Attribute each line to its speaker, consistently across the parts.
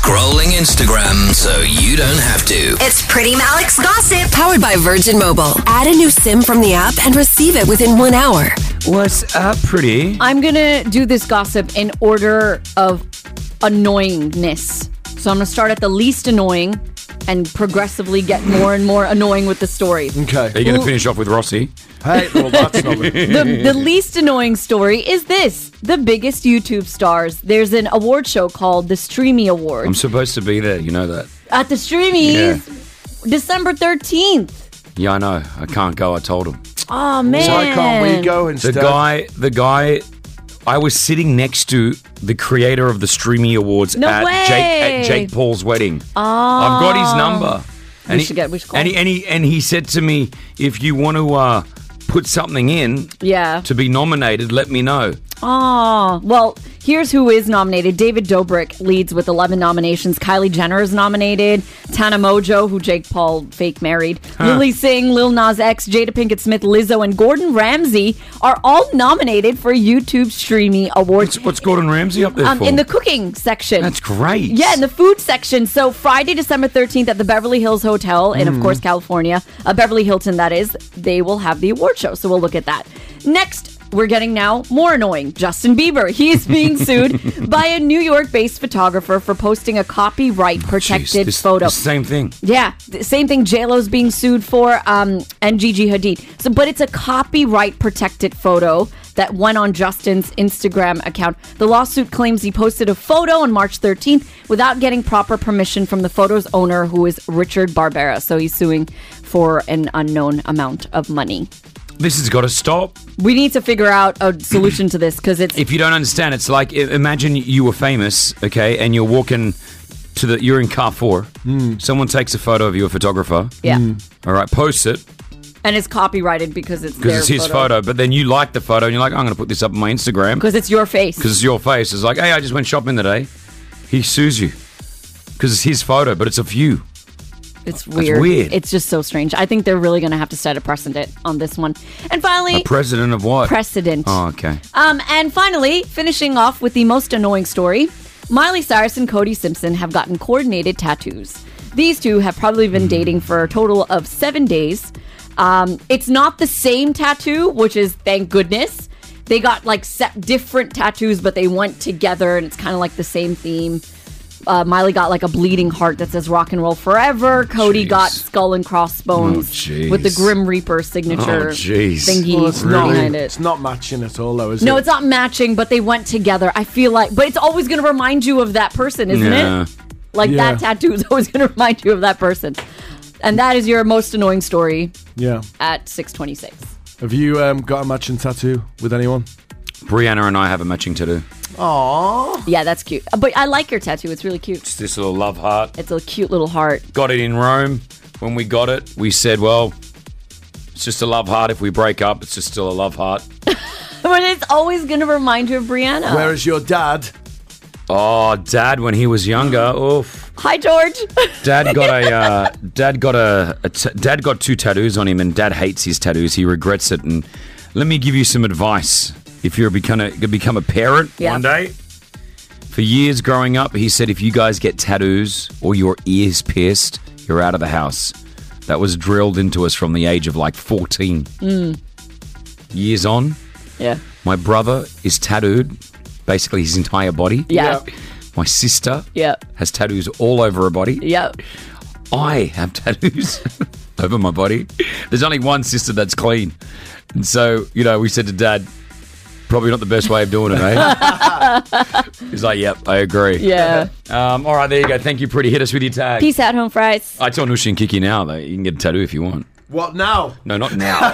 Speaker 1: Scrolling Instagram so you don't have to.
Speaker 2: It's Pretty Malik's Gossip.
Speaker 3: Powered by Virgin Mobile. Add a new SIM from the app and receive it within one hour.
Speaker 4: What's up, pretty?
Speaker 5: I'm gonna do this gossip in order of annoyingness. So I'm gonna start at the least annoying and progressively get more and more annoying with the story.
Speaker 4: Okay. Are you going to finish off with Rossi? Hey, well, that's not
Speaker 5: The, the least annoying story is this the biggest YouTube stars. There's an award show called the Streamy
Speaker 4: I'm
Speaker 5: Awards
Speaker 4: supposed to be there. You know that.
Speaker 5: at the Streamies December 13th.
Speaker 4: Yeah, I know. I can't go. I told him.
Speaker 5: Oh man.
Speaker 4: The guy, the guy, I was sitting next to the creator of the Streamy Awards
Speaker 5: No
Speaker 4: at,
Speaker 5: way.
Speaker 4: Jake, at Jake Paul's wedding. Oh. I've got his number.
Speaker 5: We should get- we should call
Speaker 4: and, he, and, he, and he said to me, if you want to uh, put something in
Speaker 5: Yeah.
Speaker 4: to be nominated, let me know.
Speaker 5: Oh, well, here's who is nominated. David Dobrik leads with 11 nominations. Kylie Jenner is nominated. Tana Mojo, who Jake Paul fake married. Lily Singh, Lil Nas X, Jada Pinkett Smith, Lizzo, and Gordon Ramsay are all nominated for YouTube Streamy Awards.
Speaker 4: What's, what's Gordon Ramsay up there
Speaker 5: Um,
Speaker 4: for?
Speaker 5: in the cooking section.
Speaker 4: That's great.
Speaker 5: Yeah, in the food section. So Friday, December 13th at the Beverly Hills Hotel in, of course, California, uh, Beverly Hilton, that is, they will have the award show. So we'll look at that. Next, we're getting now more annoying. Justin Bieber. He is being sued by a New York based photographer for posting a copyright
Speaker 4: Jeez,
Speaker 5: protected
Speaker 4: this-
Speaker 5: photo.
Speaker 4: this same thing.
Speaker 5: Yeah, th- same thing JLo's being sued for um, and Gigi Hadid. So, but it's a copyright protected photo that went on Justin's Instagram account. The lawsuit claims he posted a photo on March 13th without getting proper permission from the photo's owner, who is Richard Barbera. So he's suing for an unknown amount of money.
Speaker 4: This has got to stop.
Speaker 5: We need to figure out a solution to this because it's
Speaker 4: if you don't understand, it's like i- imagine you were famous, okay, and you're walking to the you're in car four. Someone takes a photo of you, a photographer.
Speaker 5: yeah,
Speaker 4: All right, posts it
Speaker 5: and it's copyrighted because it's
Speaker 4: because
Speaker 5: their
Speaker 4: it's his photo. But then you like the photo and you're like, I'm going to put this up on my Instagram because
Speaker 5: because it's your face.
Speaker 4: it's your face. It's like, hey, I just went shopping today. He sues you because it's his photo, but it's of you.
Speaker 5: It's weird.
Speaker 4: weird.
Speaker 5: It's just so strange. I think they're really going to have to set a precedent on this one. And
Speaker 4: A
Speaker 5: finally,
Speaker 4: president of what?
Speaker 5: precedent.
Speaker 4: Oh, okay.
Speaker 5: Um, and finally, finishing off with the most annoying story Miley Cyrus and Cody Simpson have gotten coordinated tattoos. These two have probably
Speaker 4: Hmm.
Speaker 5: been dating for a total of seven days. Um, it's not the same tattoo, which is thank goodness. They got like set different tattoos, but they went together and it's kind of like the same theme. Uh, Miley got like a bleeding heart that says rock and roll forever. Cody
Speaker 4: jeez.
Speaker 5: got skull and crossbones
Speaker 4: Oh,
Speaker 5: with the
Speaker 4: jeez.
Speaker 5: Grim Reaper signature
Speaker 4: Oh, jeez.
Speaker 5: thingy
Speaker 6: Well, it's not.
Speaker 5: behind it.
Speaker 6: It's not matching at all, though, is
Speaker 5: No,
Speaker 6: it?
Speaker 5: it's not matching, but they went together. I feel like, but it's always going to remind you of that person, isn't
Speaker 4: Yeah.
Speaker 5: it? Like
Speaker 6: Yeah.
Speaker 5: that tattoo is always going to remind you of that person. And that is your most annoying story
Speaker 6: Yeah.
Speaker 5: at 626.
Speaker 6: Have you um, got a matching tattoo with anyone?
Speaker 4: Brianna and I have a matching tattoo.
Speaker 6: Aww.
Speaker 5: Yeah, that's cute. But I like your tattoo. It's really cute.
Speaker 4: It's this little love heart.
Speaker 5: It's a cute little heart.
Speaker 4: got it in Rome. When we got it, we said, well, it's just a love heart. If we break up, it's just still a love heart.
Speaker 5: But it's always going to remind you of Brianna.
Speaker 6: Whereas your dad,
Speaker 4: Oh, Dad, when he was younger, oof.
Speaker 5: Hi, George.
Speaker 4: Dad got a, uh, Dad got a, a t- Dad got two tattoos on him, and Dad hates his tattoos. He regrets it. And let me give you some advice. If you're become a, gonna become a parent
Speaker 5: Yeah.
Speaker 4: one day, for years growing up, he said if you guys get tattoos or your ears pierced, you're out of the house. That was drilled into us from the age of like 14. Years on,
Speaker 5: yeah.
Speaker 4: my brother is tattooed, basically his entire body.
Speaker 5: Yeah.
Speaker 4: My sister
Speaker 5: Yeah.
Speaker 4: has tattoos all over her body.
Speaker 5: Yeah.
Speaker 4: I have tattoos over my body. There's only one sister that's clean. And so, you know, we said to dad, probably not the best way of doing it, eh? He's like, yep, I agree.
Speaker 5: Yeah.
Speaker 4: Um, all right, there you go. Thank you, pretty. Hit us with your tag.
Speaker 5: Peace out, home fries.
Speaker 4: I tell Nushi and Kiki now that you can get a tattoo if you want.
Speaker 6: what now?
Speaker 4: No, not now.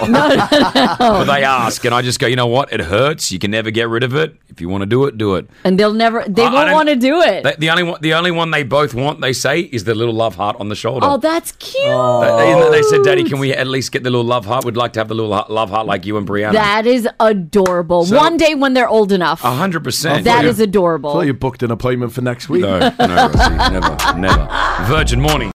Speaker 4: But they ask, and I just go, you know what? It hurts. You can never get rid of it. If you want to do it, do it.
Speaker 5: And they'll never, they
Speaker 4: I- I
Speaker 5: won't
Speaker 4: don't-
Speaker 5: want to do it.
Speaker 4: Uh, They- the only one, the only one they both want, they say, is the little love heart on the shoulder.
Speaker 5: oh, that's cute.
Speaker 4: They- they- They said, "Daddy, can we at least get the little love heart? We'd like to have the little heart- love heart like you and Brianna."
Speaker 5: That is adorable.
Speaker 4: So- Uh-huh.
Speaker 5: One day when they're old enough.
Speaker 4: A hundred percent.
Speaker 5: That
Speaker 4: Yeah.
Speaker 5: is adorable.
Speaker 6: Well, you booked an appointment for next week.
Speaker 4: no, no, Rosie, never, never. Virgin morning.